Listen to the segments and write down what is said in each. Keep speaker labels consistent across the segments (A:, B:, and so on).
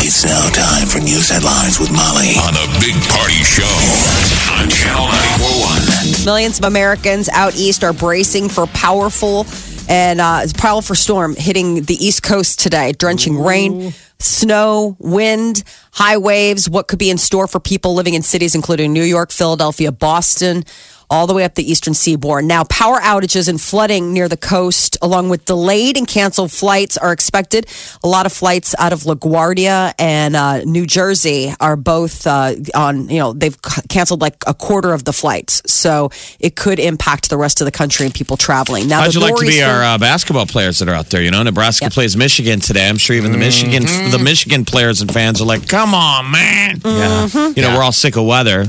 A: It's now time for news headlines with Molly on the Big Party Show on Channel 941.
B: Millions of Americans out east are bracing for powerful and uh, powerful storm hitting the East Coast today, drenching rain, snow, wind, high waves. What could be in store for people living in cities including New York, Philadelphia, Boston? All the way up the eastern seaboard. Now, uh, power outages and flooding near the coast, along with delayed and canceled flights, are expected. A lot of flights out of LaGuardia and uh, New Jersey are both uh, on, you know, they've c- canceled like a quarter of the flights. So it could impact the rest of the country and people traveling. Now,
C: How'd
B: the
C: you like to be
B: nor'easter-
C: our uh, basketball players that are out there? You know, Nebraska
B: Yep.
C: plays Michigan today. I'm sure even the Michigan the Michigan players and fans are like, "Come on, man!" Yeah, you know, we're all sick of weather.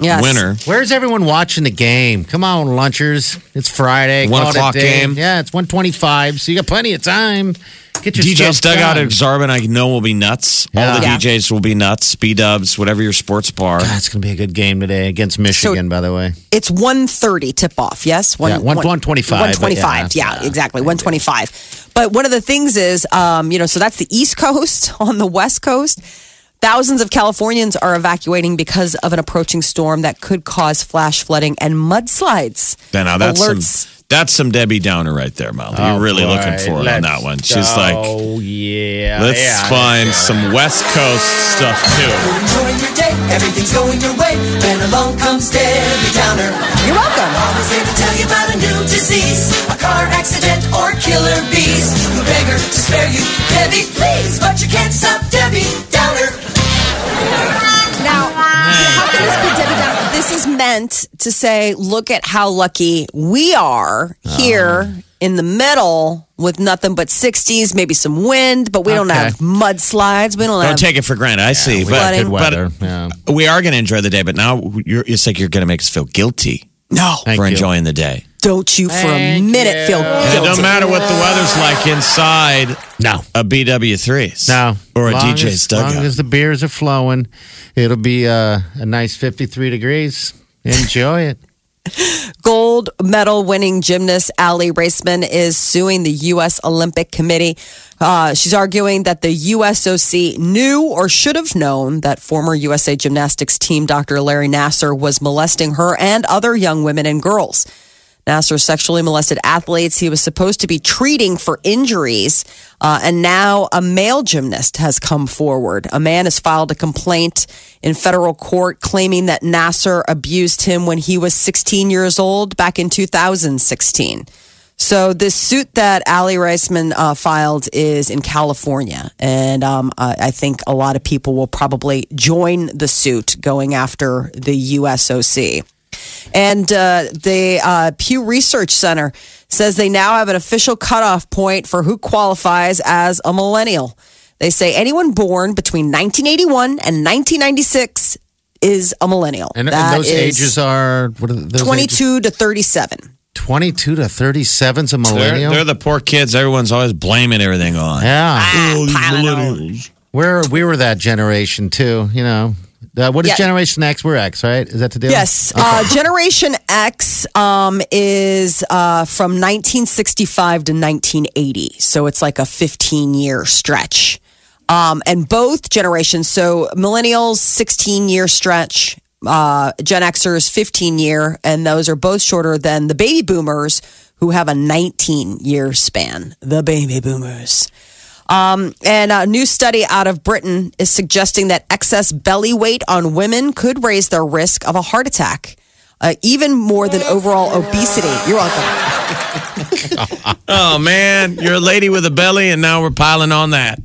B: Yes.
C: Winter.
D: Where's everyone watching the game? Come on, lunchers. It's Friday.
C: One
D: Call it a
C: o'clock
D: day.
C: game.
D: Yeah, it's 125, so you got plenty of time. Get your
C: DJ's
D: stuff
C: dugout
D: done.
C: at Exarban, I know, will be nuts. All the
B: Yeah.
C: DJs will be nuts. B Dubs, whatever your sports bar.
D: God, Ah, it's going to be a good game today against Michigan, by the way.
B: It's 1.30 tip-off, yes? One,
D: Yeah, one- 1:25, but
B: 1.25, yeah,
D: yeah.
B: exactly, 1.25. But one of the things is, um, you know, so that's the East Coast. On the West Coast, thousands of Californians are evacuating because of an approaching storm that could cause flash flooding and mudslides.
C: Then now that's
B: Alerts.
C: some that's some Debbie Downer right there, Molly. You're really looking for it on that one. She's like,
D: oh, yeah.
C: let's
D: yeah,
C: find
D: yeah.
C: some West Coast stuff too.
E: Enjoying your day, everything's going your way. When along comes Debbie Downer,
B: You're welcome.
E: always here to tell you about a new disease, a car accident, or killer bees. We beg her to spare you, Debbie, please, but you can't stop Debbie Downer.
B: Now, how can this be Debbie Downer? This is meant to say, look at how lucky we are here in the middle with nothing but 60s, maybe some wind, but we don't
D: Okay.
B: have mudslides. We don't,
C: Don't
B: have.
C: take it for granted. I see,
D: We
C: but
D: got good
C: but-
D: weather. yeah.
C: we are going to enjoy the day, but now you're, it's like you're going to make us feel guilty. No,
D: Thank
C: for
D: you.
C: enjoying the day.
B: don't you for a
D: Thank
B: minute
D: you.
B: feel
C: And it
B: guilty.
C: don't matter what the weather's like inside
D: No.
C: a BW3s.
D: No.
C: Or a
D: Long
C: DJ's
D: as,
C: dugout.
D: long as the beers are flowing, it'll be uh, a nice 53 degrees. Enjoy it.
B: Gold medal winning gymnast Ali Raceman is suing the U.S. Olympic Committee. Uh, she's arguing that the USOC knew or should have known that former USA Gymnastics team Dr. Larry Nasser was molesting her and other young women and girls. Nasser sexually molested athletes he was supposed to be treating for injuries. Uh, and now a male gymnast has come forward. A man has filed a complaint in federal court claiming that Nasser abused him when he was 16 years old back in 2016. So this suit that Ali Reisman uh, filed is in California, and um, I, I think a lot of people will probably join the suit going after the USOC. And uh, the uh, Pew Research Center says they now have an official cutoff point for who qualifies as a millennial. They say anyone born between 1981 and 1996 is a millennial.
D: And,
B: That
D: and those
B: is
D: ages are what are those ages?
B: 22 to 37.
D: 22 to 37's a
C: they're,
D: millennial.
C: they're the poor kids everyone's always blaming everything on.
D: yeah.
C: Oh, these millennials.
D: We're we were that generation too, you know. Uh, what is
B: Yeah.
D: Generation X? We're X, right? Is that the deal?
B: Yes. Uh, Generation X um, is uh, from 1965 to 1980. So it's like a 15 year stretch. Um, and both generations, so millennials, 16 year stretch, uh, Gen Xers, 15 year, and those are both shorter than the baby boomers who have a 19 year span. The baby boomers. Um, And a new study out of Britain is suggesting that excess belly weight on women could raise their risk of a heart attack, uh, even more than overall obesity. You're welcome.
C: Oh, man. You're a lady with a belly, and now we're piling on that.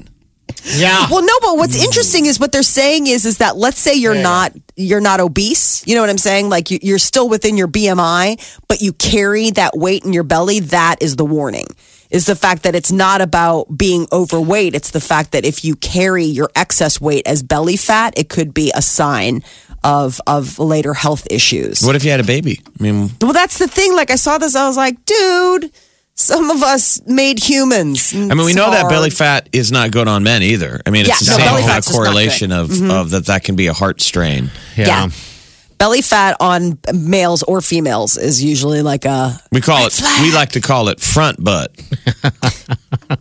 D: Yeah.
B: Well, no, but what's interesting is what they're saying is is that let's say you're not you're not obese. You know what I'm saying? Like you, you're still within your BMI, but you carry that weight in your belly. That is the warning. is the fact that it's not about being overweight. It's the fact that if you carry your excess weight as belly fat, it could be a sign of of later health issues.
C: What if you had a baby? I mean,
B: Well, that's the thing. Like I saw this, I was like, dude, some of us made humans.
C: I mean, we know that belly fat is not good on men either. I mean, it's
B: Yeah, no,
C: the same
B: belly
C: kind of
B: fat's just not good. Mm-hmm.
C: correlation of, of that that can be a heart strain.
B: Yeah. Belly fat on males or females is usually like a
C: We call it. We like to call it front butt.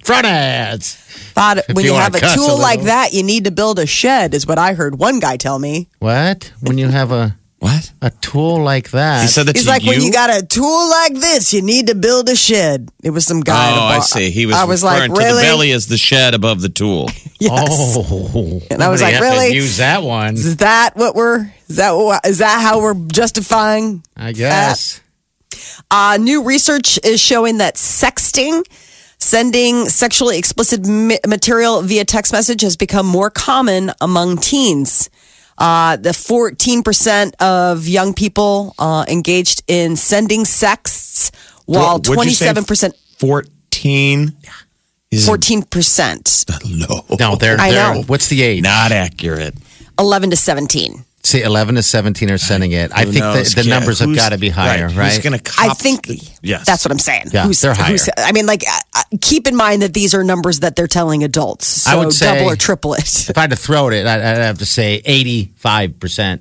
D: Front ads.
B: thought when you,
D: you wanna
B: have a
D: cuss a
B: tool like
D: little.
B: that, you need to build a shed, is what I heard one guy tell me.
D: What? When you have a,
C: What?
D: a tool like that.
C: He said that
B: He's
C: to
B: like,
C: you.
B: when you got a tool like this, you need to build a shed. It was some guy. at a
C: oh, I
B: bar.
C: see. He was,
B: I was like,
C: referring to
B: really?
C: the belly as the shed above the tool.
B: Yes.
D: Oh.
B: And I was like,
D: Somebody had to
B: really?
D: Use that one.
B: Is that what we're? Is that what, is that how we're justifying
D: I guess.
B: Uh, new research is showing that sexting, sending sexually explicit ma- material via text message, has become more common among teens. Uh, the 14% of young people uh, engaged in sending sexts, while
C: What- what'd you say?
B: 27%,
C: Fourteen is
B: 14%,
C: low.
D: No, they're,
B: I
D: they're
B: know.
D: what's the age?
C: Not accurate.
B: 11 to 17.
D: See, 11 to 17 are sending it. I
C: Who
D: think
C: knows?
D: the, the
C: Yeah,
D: numbers have
C: who's-
D: got to be higher, right?
C: Who's going to
B: I
C: cop?
B: think
C: yes.
B: that's what I'm saying.
D: Yeah, they're higher.
B: I mean, like, uh, uh, keep in mind that these are numbers that they're telling adults. So
D: I would say-
B: double or triple it.
D: if I had to throw it, I'd, I'd have to say 85%.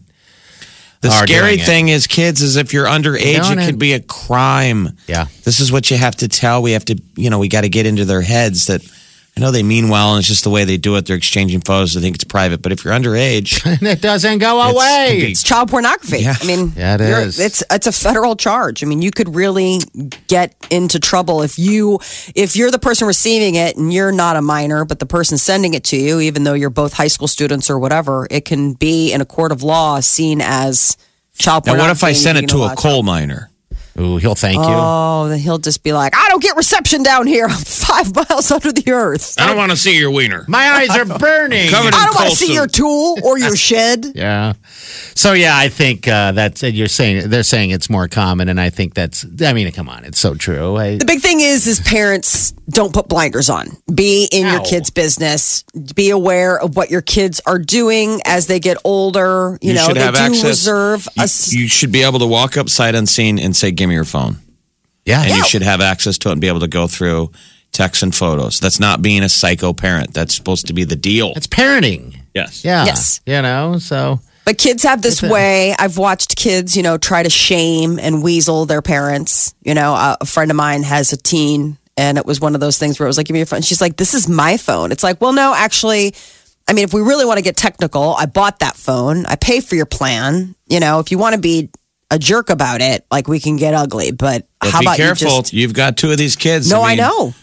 C: The
D: are
C: scary
D: doing it.
C: thing is, kids, is if you're underage,
D: Doing
C: it could
D: it.
C: be a crime.
D: Yeah.
C: This is what you have to tell. We have to, you know, we got to get into their heads that I know they mean well, and it's just the way they do it. They're exchanging photos. They think it's private. But if you're underage,
D: And it doesn't go
C: It's-
D: away.
C: could be-
B: it's child pornography.
C: Yeah.
B: I mean,
D: Yeah, it
B: you're-
D: is.
B: It's it's a federal charge. I mean, you could really get into trouble if you if you're the person receiving it and you're not a minor, but the person sending it to you, even though you're both high school students or whatever, it can be in a court of law seen as child
C: now
B: pornography.
C: what if I
B: and
C: sent it
B: you
C: to a
B: know,
C: coal miner?
D: Ooh, he'll thank
B: Oh, then he'll just be like, I don't get reception down here. I'm five miles under the earth.
C: I don't want to see your wiener.
D: you. My eyes are burning.
C: Covered
B: I don't want to
C: Coal
B: see
C: suit.
B: your tool or your shed.
D: Yeah. So yeah, I think uh, that's and you're saying they're saying it's more common, and I think that's. I mean, come on, it's so true. I,
B: The big thing is, is parents don't put blinders on. Be in your
D: Ow.
B: kids' business. Be aware of what your kids are doing as they get older. You, know,
C: should
B: they
C: have
B: do
C: access.
B: reserve
C: you,
B: a s-
C: you should be able to walk up sight unseen and say, "Give me your phone,"
D: yeah,
C: and you should have access to it and be able to go through texts and photos. That's not being a psycho parent. That's supposed to be the deal.
D: it's parenting.
C: yes.
D: Yeah.
B: Yes.
D: You know. So
B: But kids have this way. I've watched kids, you know, try to shame and weasel their parents. You know, a, a friend of mine has a teen, and it was one of those things where it was like, give me your phone. She's like, this is my phone. It's like, well, no, actually, I mean, if we really want to get technical, I bought that phone. I pay for your plan. You know, if you want to be a jerk about it, like we can get ugly. But
C: But
B: how
C: be
B: about
C: careful.
B: you just?
C: You've got two of these kids.
B: No, I,
C: mean,
B: know.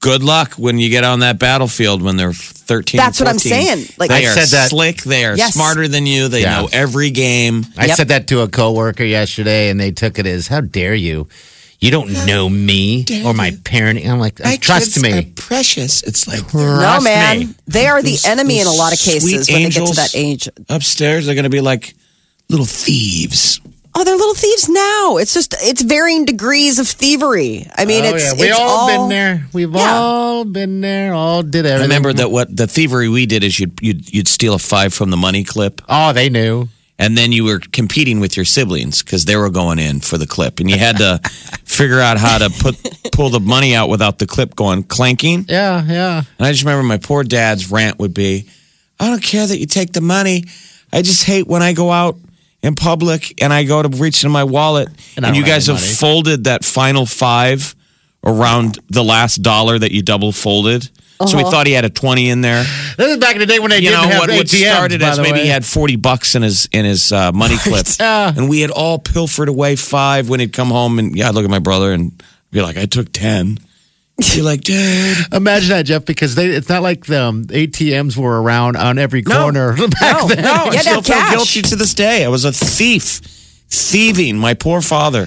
C: Good luck when you get on that battlefield when they're 13.
B: That's what I'm
C: 14.
B: saying. Like-
C: they
D: I
C: are
D: said that-
C: slick. They are
B: Yes.
C: smarter than you. They
D: Yeah.
C: know every game.
D: I
B: Yep.
D: said that to a coworker yesterday, and they took it as, "How dare you? You don't know me or my parenting." I'm like, "Trust me."
C: precious. It's like
B: No,
D: Trust
B: man,
D: me.
B: they are the
C: Those-
B: enemy in a
C: those
B: lot of cases
C: sweet
B: when they get to
C: angels.
B: that age.
C: upstairs they're going to be like little thieves.
B: Oh, they're little thieves now. It's just it's varying degrees of thievery. I mean, it's
D: Oh, we
B: it's
D: all, been there. We've
B: Yeah.
D: all been there. All did everything.
C: Remember that what the thievery we did is you'd, you'd you'd steal a five from the money clip,
D: Oh, they knew.
C: and then you were competing with your siblings because they were going in for the clip, and you had to figure out how to put pull the money out without the clip going clanking.
D: Yeah, yeah.
C: And I just remember my poor dad's rant would be, I don't care that you take the money. I just hate when I go out in public and I go to reach into my wallet and,
D: And I
C: you
D: don't have
C: guys
D: any
C: have
D: money."
C: folded that final five around the last dollar that you double folded. So we
D: Uh-huh.
C: thought he had a 20 in there.
D: This is back in the day when they
C: You
D: didn't
C: know
D: have
C: what, what
D: ATMs,
C: started
D: by
C: as
D: the
C: maybe
D: way.
C: he had 40 bucks in his in his uh, money clip.
D: Yeah.
C: And we had all pilfered away 5 when he'd come home and yeah, I'd look at my brother and be like, I took 10. He'd be like, dude.
D: Imagine that, Jeff, because they, it's not like the um, ATMs were around on every corner back then.
C: No, I
B: Yeah,
C: still
B: that
C: feel
B: cash.
C: guilty to this day. I was a thief, thieving my poor father.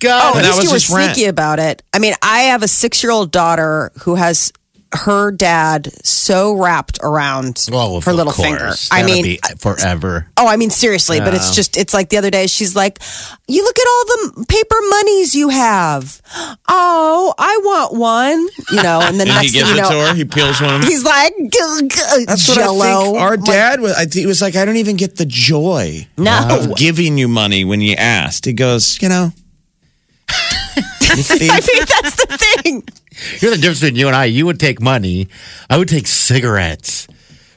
D: God.
B: Oh, at
C: And that
B: least you
C: was
B: were
C: his rant.
B: sneaky about it. I mean, I have a six-year-old daughter who has her dad so wrapped around
D: Well, of
B: her little
D: course.
B: finger. I
D: That'll
B: mean,
D: be forever.
B: Oh, I mean, seriously, but it's just, it's like the other day, she's like, You look at all the m- paper monies you have. Oh, I want one. You know, and then
C: And he
B: next thing
C: gives
B: you
C: it
B: know,
C: to her. He peels one of them.
B: he's like, "G- g-
C: That's what
B: Jello.
C: I think. Our dad was. I think he was like, I don't even get the joy
B: No.
C: of giving you money when you asked. He goes, you know. you thief.
B: I think that's the thing.
D: You're the difference between you and I. You would take money. I would take cigarettes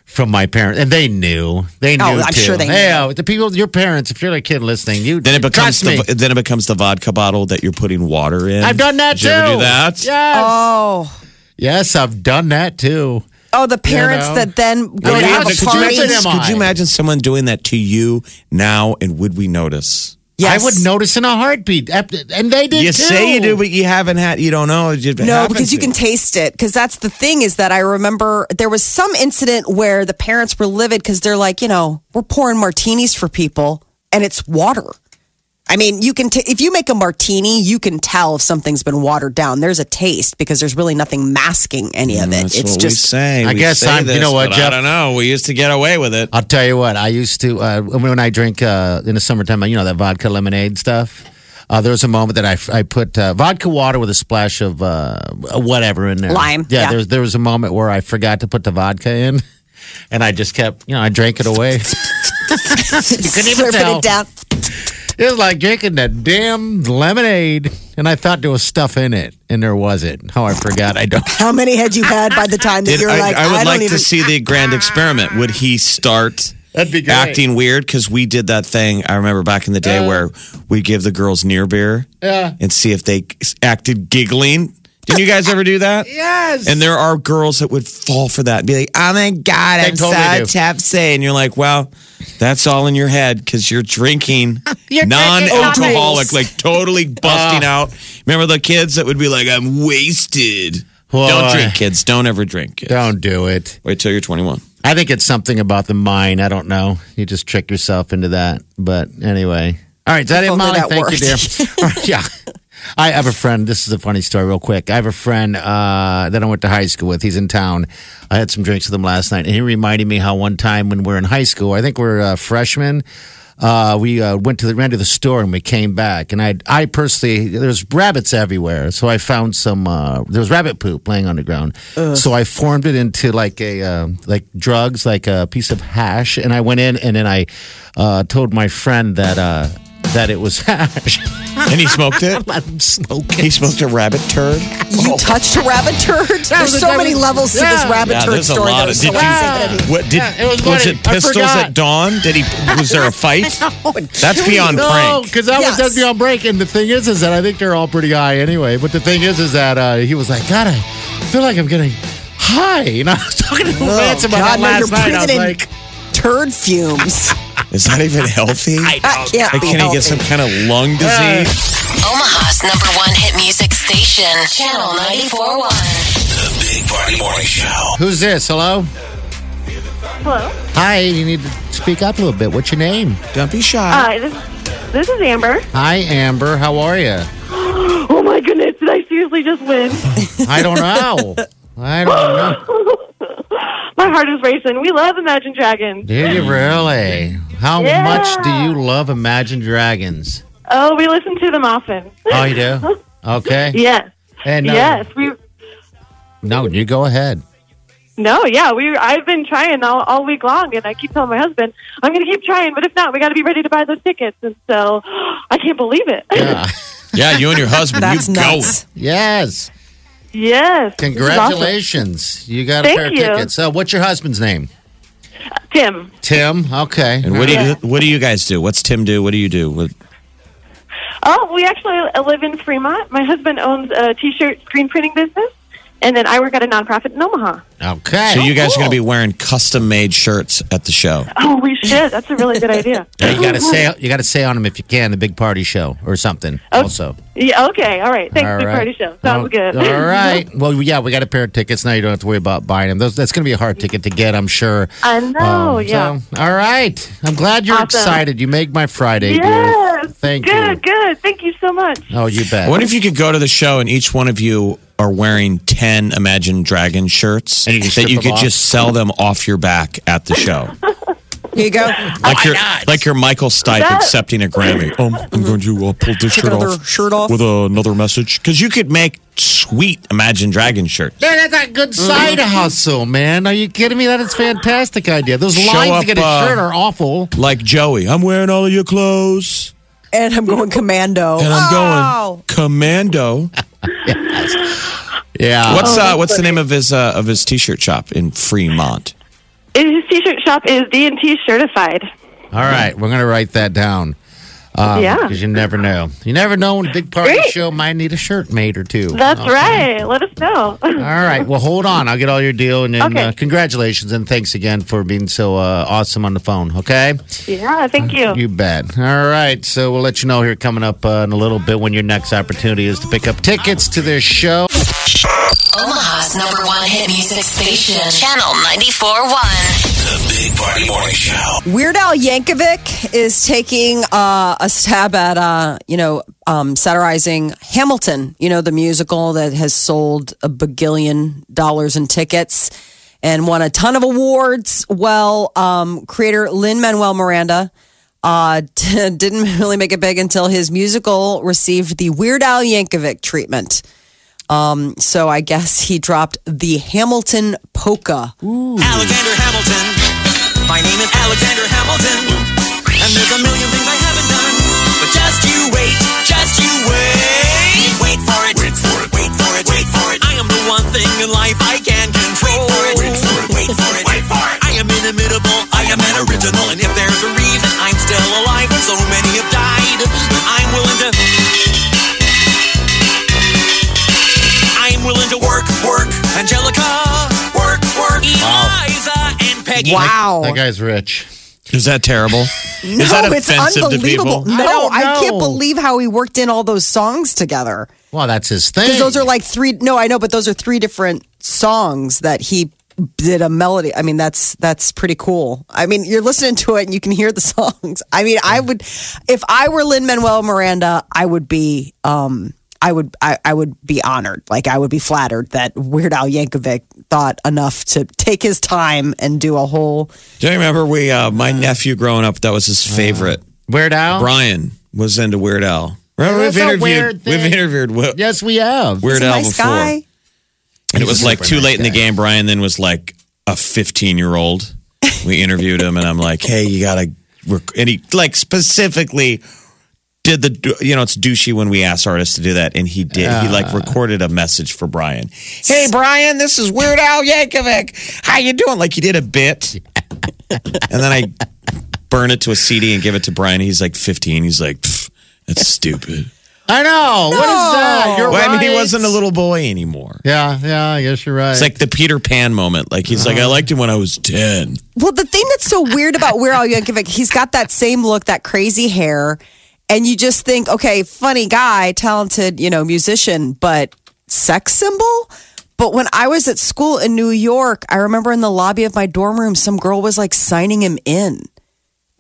D: from my parents, and they knew. They knew.
B: Oh, I'm
D: too.
B: sure they
D: Hey,
B: knew.
D: oh, the people, your parents. If you're a kid listening, you
C: Then it becomes
D: trust me.
C: the then it becomes the vodka bottle that you're putting water in.
D: I've done that
C: Did
D: too.
C: you ever do that?
D: Yes.
B: Oh,
D: Yes, I've done that too.
B: oh, the parents
D: know.
B: that then go
D: I
B: to
D: mean,
B: have
D: could
B: a
D: you
B: party.
D: imagine him?
C: Could you imagine someone doing that to you now, and would we notice?
B: Yes.
D: I would notice in a heartbeat, and they did.
C: You
D: too.
C: say you do, but you haven't had. You don't know. It
B: No,
C: happened
B: because you
C: to
B: can taste it. Because that's the thing is that I remember there was some incident where the parents were livid because they're like, you know, we're pouring martinis for people and it's water. I mean, you can t- if you make a martini, you can tell if something's been watered down. There's a taste because there's really nothing masking any of it.
C: That's
B: it's
C: what we
B: just
C: say.
D: I
C: We
D: guess
C: say
D: I'm- you
C: this,
D: know what,
C: but I
D: Jeff?
C: don't know. We used to get away with it.
D: I'll tell you what. I used to uh, when I drink uh, in the summertime. You know that vodka lemonade stuff. Uh, there was a moment that I, I put uh, vodka water with a splash of uh, whatever in there.
B: Lime,
D: Yeah,
B: yeah.
D: There, was, there was a moment where I forgot to put the vodka in, and I just kept you know I drank it away. you couldn't even
B: slurping
D: tell.
B: it down.
D: It was like drinking that damn lemonade, and I thought there was stuff in it, and there wasn't. How I forgot. I don't.
B: How many had you had by the time that
C: Did-
B: you're
C: I,
B: like,
C: I
B: I,
C: would
B: don't
C: like
B: even
C: to see the grand experiment. Would he start
D: That'd be great. Uh-huh.
C: acting weird? Because we did that thing. I remember back in the day where we give the girls near beer
D: Yeah.
C: and see if they acted giggling. Didn't you guys ever do that?
D: Yes.
C: And there are girls that would fall for that and be like, oh my God,
D: They
C: I'm
D: totally do.
C: so tipsy. And you're like, well, that's all in your head because you're drinking
D: You're drinking Oh.
C: non alcoholic,
D: cocktails.
C: like totally busting out. Remember the kids that would be like, I'm wasted.
D: Well,
C: don't
D: I-
C: drink, kids. Don't ever drink. Kids.
D: Don't do it.
C: Wait till you're 21.
D: I think it's something about the mind. I don't know. You just trick yourself into that. But anyway. All right, is that
B: If
D: it,
B: only
D: Molly?
B: that
D: Thank
B: worked.
D: you, dear. All right, yeah. I have a friend. This is a funny story, real quick. I have a friend uh, that I went to high school with. He's in town. I had some drinks with him last night, and he reminded me how one time when we were in high school, I think we are uh, freshmen, uh, we uh, went to the ran to the store and we came back. And I, I personally, there's rabbits everywhere, so I found some. Uh, there was rabbit poop laying on the ground, so I formed it into like a um like drugs, like a piece of hash. And I went in, and then I uh, told my friend that uh, that it was hash.
C: And he smoked it?
D: I'm smoking.
C: He smoked a rabbit turd? Oh.
B: you touched a rabbit turd. There's
D: was-
B: so
D: that
B: many
D: was-
B: levels to this
D: yeah.
B: rabbit
C: Yeah,
B: turd
C: there's a
B: story.
C: lot
B: that
C: of.
B: was
C: Did
B: so
C: you?
B: insane.
C: What did?
D: Yeah, it was
C: was
D: funny.
C: it
D: I
C: pistols
D: forgot.
C: at dawn? Did he? Was there a fight?
B: Oh,
C: That's beyond
D: No,
C: prank.
D: because I was
B: Yes.
D: that'd be on break, and the thing is, is that I think they're all pretty high anyway. But the thing is, is that uh, he was like, "God, I feel like I'm getting high," and I was talking to Lance about
B: God,
D: that
B: no,
D: last
B: you're
D: night. I was
B: breathing in-
D: like,
B: Turd fumes.
C: Is that even healthy?
B: That can't
C: Like,
B: be
C: can he
B: healthy.
C: get some kind of lung disease?
F: Omaha's number one hit music station, Channel 941.
A: The Big Party Morning Show.
D: "Who's this? Hello."
G: Hello.
D: Hi, you need to speak up a little bit. What's your name?
C: Don't be shy.
G: Uh, this, this is Amber.
D: Hi, Amber. How are you?
G: Oh my goodness, did I seriously just win?
D: I don't know. I don't know.
G: my heart is racing. We love Imagine Dragons.
D: Do you really? How
G: Yeah.
D: much do you love Imagine Dragons?
G: Oh, we listen to them often.
D: Oh, you do? Okay.
G: yes.
D: And, uh,
G: Yes. We
D: No, you go ahead.
G: no, yeah, we I've been trying all, all week long and I keep telling my husband, I'm gonna keep trying, but if not, we gotta be ready to buy those tickets and so I can't believe it.
D: Yeah.
C: Yeah, you and your husband.
B: That's
C: you go.
B: nuts.
D: yes.
G: yes. this is awesome.
D: Congratulations. You got a
G: Thank
D: pair of
G: you.
D: tickets. Uh, what's your husband's name?
G: Tim.
D: Tim. Okay.
C: And what do you? What do you guys do? What's Tim do? What do you do? What,
G: Oh, we actually live in Fremont. My husband owns a t shirt screen printing business and then I work at a nonprofit in Omaha.
D: Okay.
C: so you guys are going to be wearing custom made shirts at the show.
G: Oh, we should. That's a really good idea.
D: Yeah, you gotta say you gotta say on him if you can the big party show or something. Also,
G: Yeah, okay. All right. Thanks,
D: All
G: Big
D: right.
G: Party Show. Sounds
D: Oh,
G: good.
D: All right. Well, yeah, we got a pair of tickets now. You don't have to worry about buying them. Those, that's going to be a hard ticket to get, I'm sure.
G: I know,
D: Um,
G: Oh, yeah.
D: so, all right. I'm glad you're
G: Awesome.
D: excited. You make my Friday, dear.
G: yes. Yes.
D: Thank
G: good,
D: you.
G: good. Thank you so much.
D: Oh, you bet.
C: I wonder if you could go to the show and each one of you are wearing 10 Imagine Dragon shirts
D: And you just
C: that
D: strip
C: you
D: them
C: could
D: off?
C: just sell them off your back at the show.
D: Oh
B: Here you go.
C: like your like your Michael Stipe
G: That-
C: accepting a Grammy. Um, I'm going to uh, pull this
B: Take
C: shirt
B: another
C: off,
B: shirt off.
C: with another message because you could make sweet Imagine Dragon shirts.
D: Man, that's that good side hustle, man. Are you kidding me? That is fantastic idea. Those
C: Show
D: lines
C: up,
D: to get a
C: uh,
D: shirt are awful.
C: Like Joey, I'm wearing all of your clothes
B: And I'm going commando.
C: and I'm
B: Oh.
C: going commando.
D: Yeah.
B: Oh,
C: What's uh, what's the name of his uh, of his t-shirt shop in Fremont?
G: And his t-shirt shop is D&T certified.
D: All right, we're gonna write that down.
G: yeah.
D: Because Um, you never know. You never know when a big party
G: Great.
D: show might need a shirt made or two.
G: That's
D: Okay.
G: right. Let us know.
D: All right. Well, hold on. I'll get all your deal. And then,
G: Okay.
D: uh, congratulations and thanks again for being so uh, awesome on the phone. Okay?
G: yeah, thank
D: You bet. All right. So we'll let you know here coming up uh, in a little bit when your next opportunity is to pick up tickets to their show.
F: Omaha's number one hit music station, Channel 94.1.
A: The Big Party Morning Show.
B: Weird Al Yankovic is taking uh, a stab at, uh, you know, um, satirizing Hamilton, you know, the musical that has sold a bagillion dollars in tickets and won a ton of awards. Well, um, creator Lynn Manuel Miranda uh, didn't really make it big until his musical received the Weird Al Yankovic treatment. Um, so I guess he dropped the Hamilton polka.
H: Alexander Hamilton. My name is Alexander Hamilton. And there's a million things I haven't done. But just you wait, just you wait. Wait for it. Wait for it. Wait for it. Wait for it. I am the one thing in life I can control. Wait for it. Wait for it. Wait for it. Wait for it. I am inimitable. I am an original. And if there's a reason I'm still alive when so many have died, I'm willing to. I'm willing to work, work, Angelica, work, work, Eliza, and Peggy.
B: Wow.
D: That guy's rich.
C: Is that terrible? Is that
B: it's
C: offensive to
B: unbelievable.
C: people?
D: I
B: No,
D: don't
B: I, can't
D: know.
B: believe how he worked in all those songs together.
D: Well, that's his thing.
B: Because those are like three. No, I know, but those are three different songs that he did a melody. I mean, that's that's pretty cool. I mean, you're listening to it and you can hear the songs. I mean, I would, if I were Lin Manuel Miranda, I would be. um I would I, I would be honored, like I would be flattered that Weird Al Yankovic thought enough to take his time and do a whole
C: Do you remember we uh, my nephew growing up? That was his favorite.
D: Weird Al?
C: Brian was into Weird Al. Remember
D: That's
C: we've
D: a
C: interviewed
D: weird thing.
C: we've interviewed Wi-
D: Yes, we have.
C: Weird Al
B: nice
C: before,
B: guy.
C: and it was
D: He's a
C: like
D: super
C: too
D: nice
C: late in the
D: guy.
C: game. Brian then was like a fifteen year old. We interviewed him, and I'm like, "Hey, you gotta," rec-, and he like specifically did the do- you know it's douchey when we ask artists to do that, and he did. he
D: Ah.
C: like recorded a message for Brian. Hey, Brian, this is Weird Al Yankovic. How you doing? Like he did a bit, and then I burn it to a CD and give it to Brian. He's like 15. He's like, "Pff, "That's stupid."
D: I know. What is that? You're
C: Well, I
D: right.
C: mean, he wasn't a little boy anymore.
D: Yeah, yeah, I guess you're right.
C: It's like the Peter Pan moment. Like he's like, I liked him when I was ten.
B: Well, the thing that's so weird about Weird Al Yankovic, he's got that same look, that crazy hair, and you just think, okay, funny guy, talented, you know, musician, but sex symbol. But when I was at school in New York, I remember in the lobby of my dorm room, some girl was like signing him in,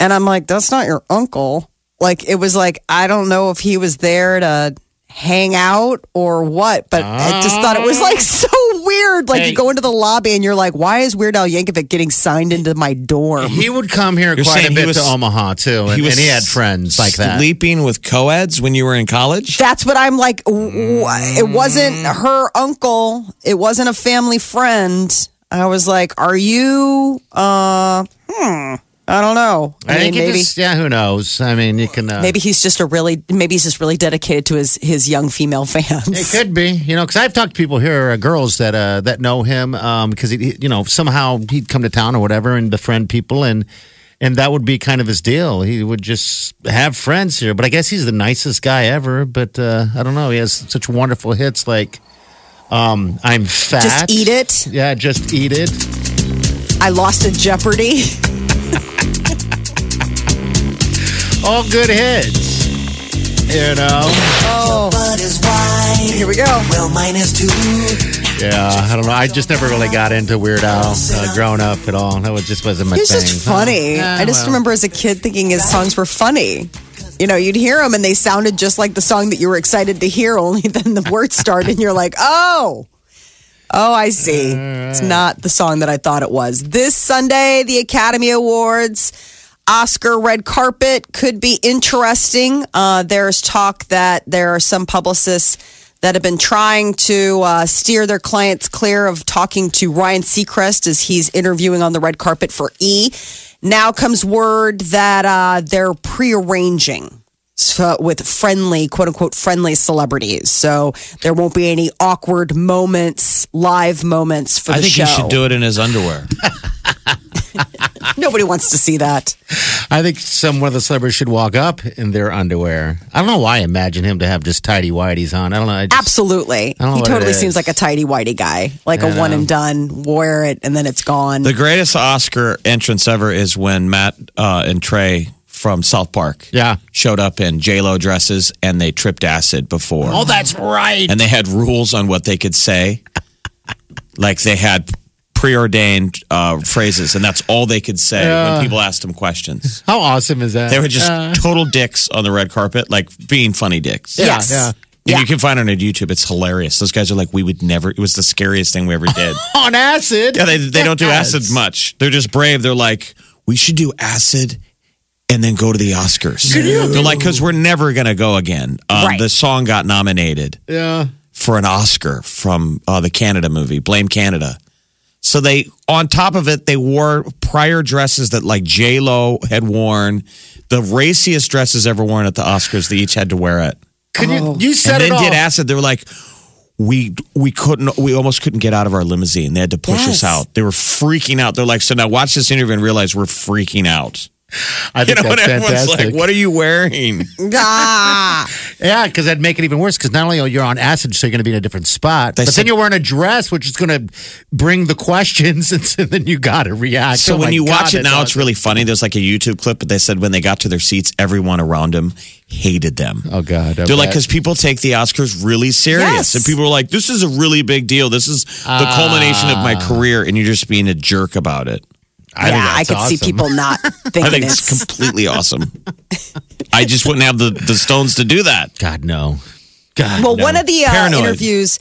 B: and I'm like, that's not your uncle. Like it was like I don't know if he was there to hang out or what, but I just thought it was like so weird. Like you
D: Ah. Hey.
B: go into the lobby and you're like, why is Weird Al Yankovic getting signed into my dorm?
D: He would come here
C: um, You're
D: quite
C: saying he
D: a bit
C: was-
D: to Omaha too, and, and he had friends like that.
C: Sleeping with coeds when you were in college.
B: That's what I'm like. w- w- It wasn't
D: Mm.
B: her uncle. It wasn't a family friend. I was like, are you? Uh, hmm. I don't know.
D: I
B: mean,
D: think he
B: maybe.
D: just, yeah, who knows? I mean, you can. Uh,
B: Maybe he's just a really, maybe he's just really dedicated to his his young female fans.
D: it could be, you know, because I've talked to people here, uh, girls that uh, that know him, because he he- you know, somehow he'd come to town or whatever and befriend people, and and that would be kind of his deal. He would just have friends here, but I guess he's the nicest guy ever. But uh, I don't know. He has such wonderful hits like um, "I'm Fat,"
B: Just eat it.
D: Yeah, just eat it.
B: I lost a Jeopardy.
D: All good hits. You know.
H: Bud is wide.
B: Oh. Here we go.
H: Well, mine is too.
D: Yeah, I don't know. I just never really got into Weird Al uh, growing up at all. That was, just wasn't my
B: He was
D: thing.
B: just funny.
D: Yeah,
B: I just
D: well.
B: remember as a kid thinking his songs were funny. You know, you'd hear them and they sounded just like the song that you were excited to hear, only then the words start and you're like, oh, oh, I see. It's not the song that I thought it was. This Sunday, the Academy Awards. Oscar red carpet could be interesting. Uh, there's talk that there are some publicists that have been trying to uh, steer their clients clear of talking to Ryan Seacrest as he's interviewing on the red carpet for E. Now comes word that uh, they're prearranging. So with friendly, quote unquote, friendly celebrities. So there won't be any awkward moments, live moments for the
C: I think
B: show.
C: he should do it in his underwear.
B: Nobody wants to see that.
D: I think some one of the celebrities should walk up in their underwear. I don't know why I imagine him to have just tidy whities on. I don't know. I just,
B: Absolutely.
D: I don't know
B: He
D: what it
B: totally
D: is.
B: seems like a tidy whitey guy, like a one and done, wore it and then it's gone.
C: the greatest Oscar entrance ever is when Matt uh, and Trey from South Park
D: Yeah.
C: showed up in J Lo dresses and they tripped acid before.
D: Oh, that's right.
C: and they had rules on what they could say. like they had preordained uh, phrases, and that's all they could say when people asked them questions.
D: How awesome is that?
C: They were just
D: Uh,
C: total dicks on the red carpet, like being funny dicks.
D: yeah,
B: Yes.
D: yeah.
C: And you can find it on YouTube. It's hilarious. Those guys are like, we would never. It was the scariest thing we ever did.
D: on acid.
C: yeah, they they don't do
D: Yes.
C: acid much. They're just brave. They're like, we should do acid. And then go to the Oscars. They're like, because we're never going to go again. Um,
B: Right.
C: The song got nominated
D: Yeah.
C: for an Oscar from uh, the Canada movie, Blame Canada. So they, on top of it, they wore prior dresses that like J Lo had worn, the raciest dresses ever worn at the Oscars. They each had to wear it,
D: Could you? You said
C: Oh. and
D: it
C: then
D: all.
C: did acid. They were like, we we couldn't, we almost couldn't get out of our limousine. They had to push
B: Yes.
C: us out. They were freaking out. They're like, so now watch this interview and realize we're freaking out.
D: I
C: You
D: think
C: know, and
D: that's
C: everyone's
D: fantastic.
C: like, what are you wearing?
B: ah.
D: Yeah, because that'd make it even worse. Because not only are you on acid, so you're going to be in a different spot,
C: They
D: but
C: said-
D: then you're wearing a dress, which is going to bring the questions, and so then you got to react.
C: So
D: Oh
C: when
D: my
C: you
D: God,
C: watch it
D: that's
C: now, it's
D: awesome.
C: really funny. There's like a YouTube clip, but they said when they got to their seats, everyone around them hated them.
D: oh god, I
C: They're like,
D: bet.
C: because people take the Oscars really serious,
B: Yes.
C: and people are like, "This is a really big deal. This is the
D: Ah.
C: culmination of my career," and you're just being a jerk about it.
D: I think
B: yeah, I
D: that's
B: could see
D: awesome.
B: people not thinking
C: I think
B: it's.
C: it's completely awesome. I just wouldn't have the the stones to do that.
D: God no, God.
B: well,
C: no.
B: one of the uh,
C: Paranoid.
B: interviews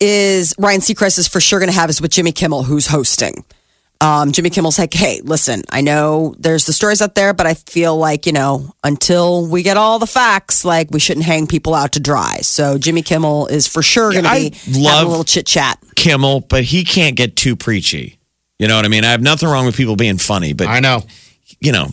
B: is Ryan Seacrest is for sure going to have is with Jimmy Kimmel, who's hosting. Um, Jimmy Kimmel's like, hey, listen, I know there's the stories out there, but I feel like, you know, until we get all the facts, like we shouldn't hang people out to dry. So Jimmy Kimmel is for sure going to
C: I
B: be having
C: love-
B: a little chit chat.
C: Kimmel, but he can't get too preachy. You know what I mean? I have nothing wrong with people being funny, but
D: I know.
C: you know,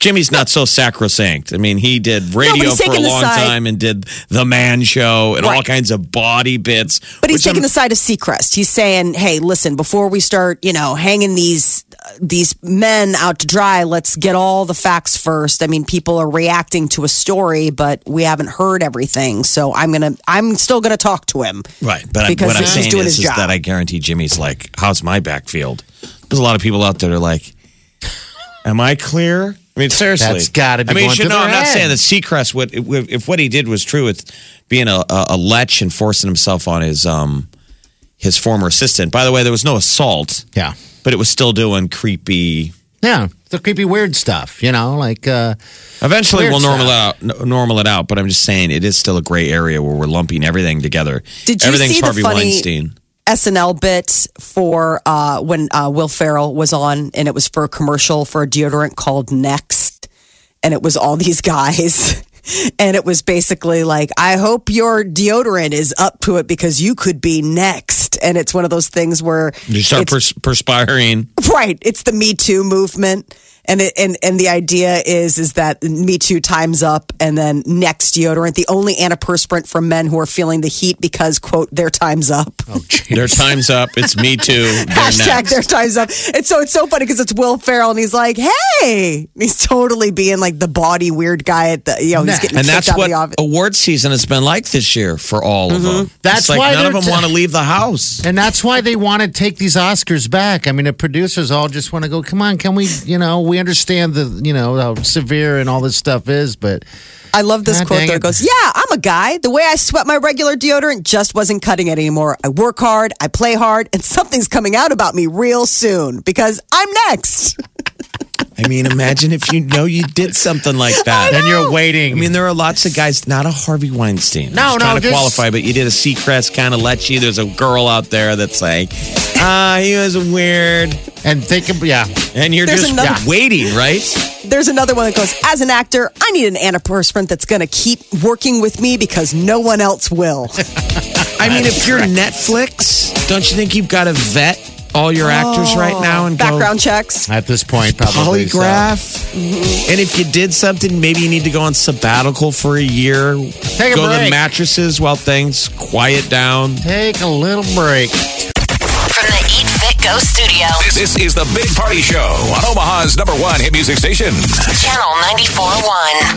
C: Jimmy's not so sacrosanct. I mean, he did radio
B: he's
C: for a
B: taking the
C: long
B: side-
C: time and did the man show and all kinds of body bits.
B: But he's
C: which I'm-
B: taking the side of Seacrest. He's saying, "Hey, listen, before we start, you know, hanging these these men out to dry, let's get all the facts first. I mean, people are reacting to a story, but we haven't heard everything. So I'm gonna, I'm still gonna talk to him.
C: Right, but I,
B: Because
C: what I'm
B: he's
C: saying
B: doing
C: is,
B: his
C: is
B: job.
C: that I guarantee Jimmy's like, "How's my backfield?" There's a lot of people out there that are like, "Am I clear?" I mean, seriously,
D: That's gotta be
C: I mean,
D: going
C: you
D: to
C: know,
D: their
C: I'm not
D: head.
C: saying that Seacrest would if, if what he did was true with being a, a, a lech and forcing himself on his um his former assistant. By the way, there was no assault,
D: Yeah,
C: but it was still doing creepy.
D: yeah. The creepy, weird stuff. You know, like uh,
C: Eventually,
D: Weird
C: we'll normal it
D: stuff.
C: out. n- Normal it out, but I'm just saying it is still a gray area where we're lumping everything together.
B: Did you
C: Everything's
B: see the
C: Harvey
B: funny-
C: Weinstein.
B: SNL bit for uh, when uh, Will Ferrell was on, and it was for a commercial for a deodorant called Next, and it was all these guys. And it was basically like, I hope your deodorant is up to it because you could be next. And it's one of those things where
C: You start
B: it's-
C: pers- perspiring.
B: Right. It's the Me Too movement. And, it, and and the idea is is that Me Too times up, and then next deodorant, the only antiperspirant for men who are feeling the heat because quote their times up.
C: Their time's up. It's me too. They're
B: Hashtag
C: next.
B: their time's up. And so it's so funny because it's Will Ferrell and he's like, hey, And he's totally being like the body weird guy at the, you know, he's getting
C: and
B: kicked
C: that's
B: out of
C: what
B: the Mm-hmm. office.
C: award season has been like this year for all of them.
D: That's
C: It's like
D: why
C: none of
D: they're
C: them
D: t-
C: want to leave the house.
D: and that's why they want to take these Oscars back. I mean, the producers all just want to go. Come on, can we? You know, we understand the you know how severe and all this stuff is, but
B: I love this
D: God
B: quote
D: dang
B: though. It
D: it.
B: goes, yeah, I'm a guy. The way I sweat my regular deodorant just wasn't cutting it anymore. I work hard, I play hard, and something's coming out about me real soon because I'm next.
C: I I mean, imagine if you know you did something like that.
D: and you're waiting.
C: I mean, there are lots of guys, not a Harvey Weinstein.
D: No,
C: I'm just
D: no,
C: Trying to
D: just-
C: qualify, but you did a Seacrest kind of let you. There's a girl out there that's like, ah, he was weird.
D: and think of yeah.
C: And you're
B: There's
C: just
B: another-
C: waiting, right?
B: There's another one that goes, as an actor, I need an antiperspirant that's going to keep working with me because no one else will.
C: I mean, if you're Netflix, don't you think you've got to vet all your actors right now and
B: Background checks.
D: At this point,
C: go
D: probably so.
C: polygraph? Mm-hmm. And if you did something, maybe you need to go on sabbatical for a year.
D: Take a
C: go to the
D: break.
C: mattresses while things quiet down.
D: Take a little break.
F: From the Eat Fit Go studio,
A: This, this is the Big Party Show on Omaha's number one hit music station.
F: Channel 94.1.